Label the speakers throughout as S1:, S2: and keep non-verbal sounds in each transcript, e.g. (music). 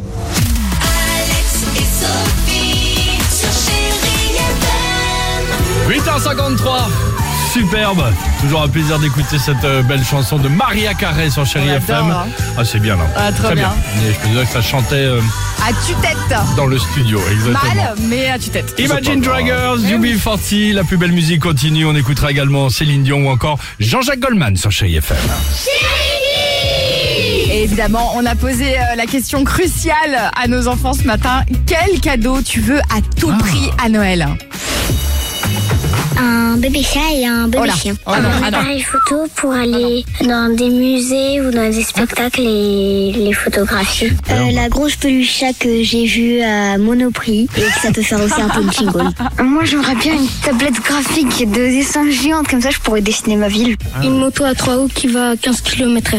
S1: Alex et Sophie sur Chérie FM.
S2: 8h53 Superbe Toujours un plaisir d'écouter cette euh, belle chanson de Maria Carré sur Chéri
S3: On adore,
S2: FM.
S3: hein.
S2: Ah c'est bien là.
S3: Ah, très
S2: Et je peux dire que ça chantait euh,
S3: À tue-tête.
S2: dans le studio, exactement.
S3: Mal, Eh mais à tue-tête.
S2: Imagine Dragons, UB40, la plus belle musique continue. On écoutera également Céline Dion ou encore Jean-Jacques Goldman sur Chéri FM.
S3: Et évidemment, on a posé euh, la question cruciale à nos enfants ce matin. Quel cadeau tu veux à tout prix à Noël
S4: Un bébé chat et un bébé
S3: Oh là.
S4: chien.
S3: Oh là. Ah
S4: un
S3: non.
S4: appareil photo pour aller dans des musées ou dans des spectacles et les photographies. Euh,
S3: bah.
S4: la grosse peluche chat que j'ai vue à Monoprix et que ça peut faire aussi un peu de jingle. (laughs) Moi j'aimerais bien une tablette graphique de dessin géante, comme ça je pourrais dessiner ma ville.
S3: Ah.
S4: Une moto à trois roues qui va à 15 km h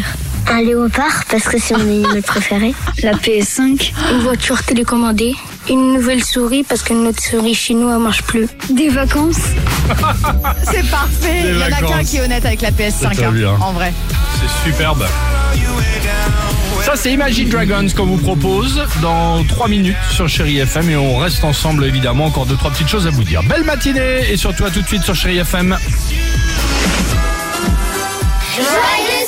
S4: un léopard, parce que c'est mon animal préféré. (laughs) La PS5. Une voiture télécommandée. Une nouvelle souris, parce que notre souris chinoise marche plus. Des vacances.
S3: C'est parfait.
S2: Des
S3: Il y en a
S2: vacances.
S3: qu'un qui est honnête avec la PS5,
S2: C'est
S3: hein,
S2: bien.
S3: en vrai.
S2: C'est superbe. Ça, c'est Imagine Dragons qu'on vous propose dans 3 minutes sur Chéri FM et on reste ensemble évidemment. Encore deux trois petites choses à vous dire. Belle matinée et surtout à tout de suite sur Chéri FM.
S1: Joyeux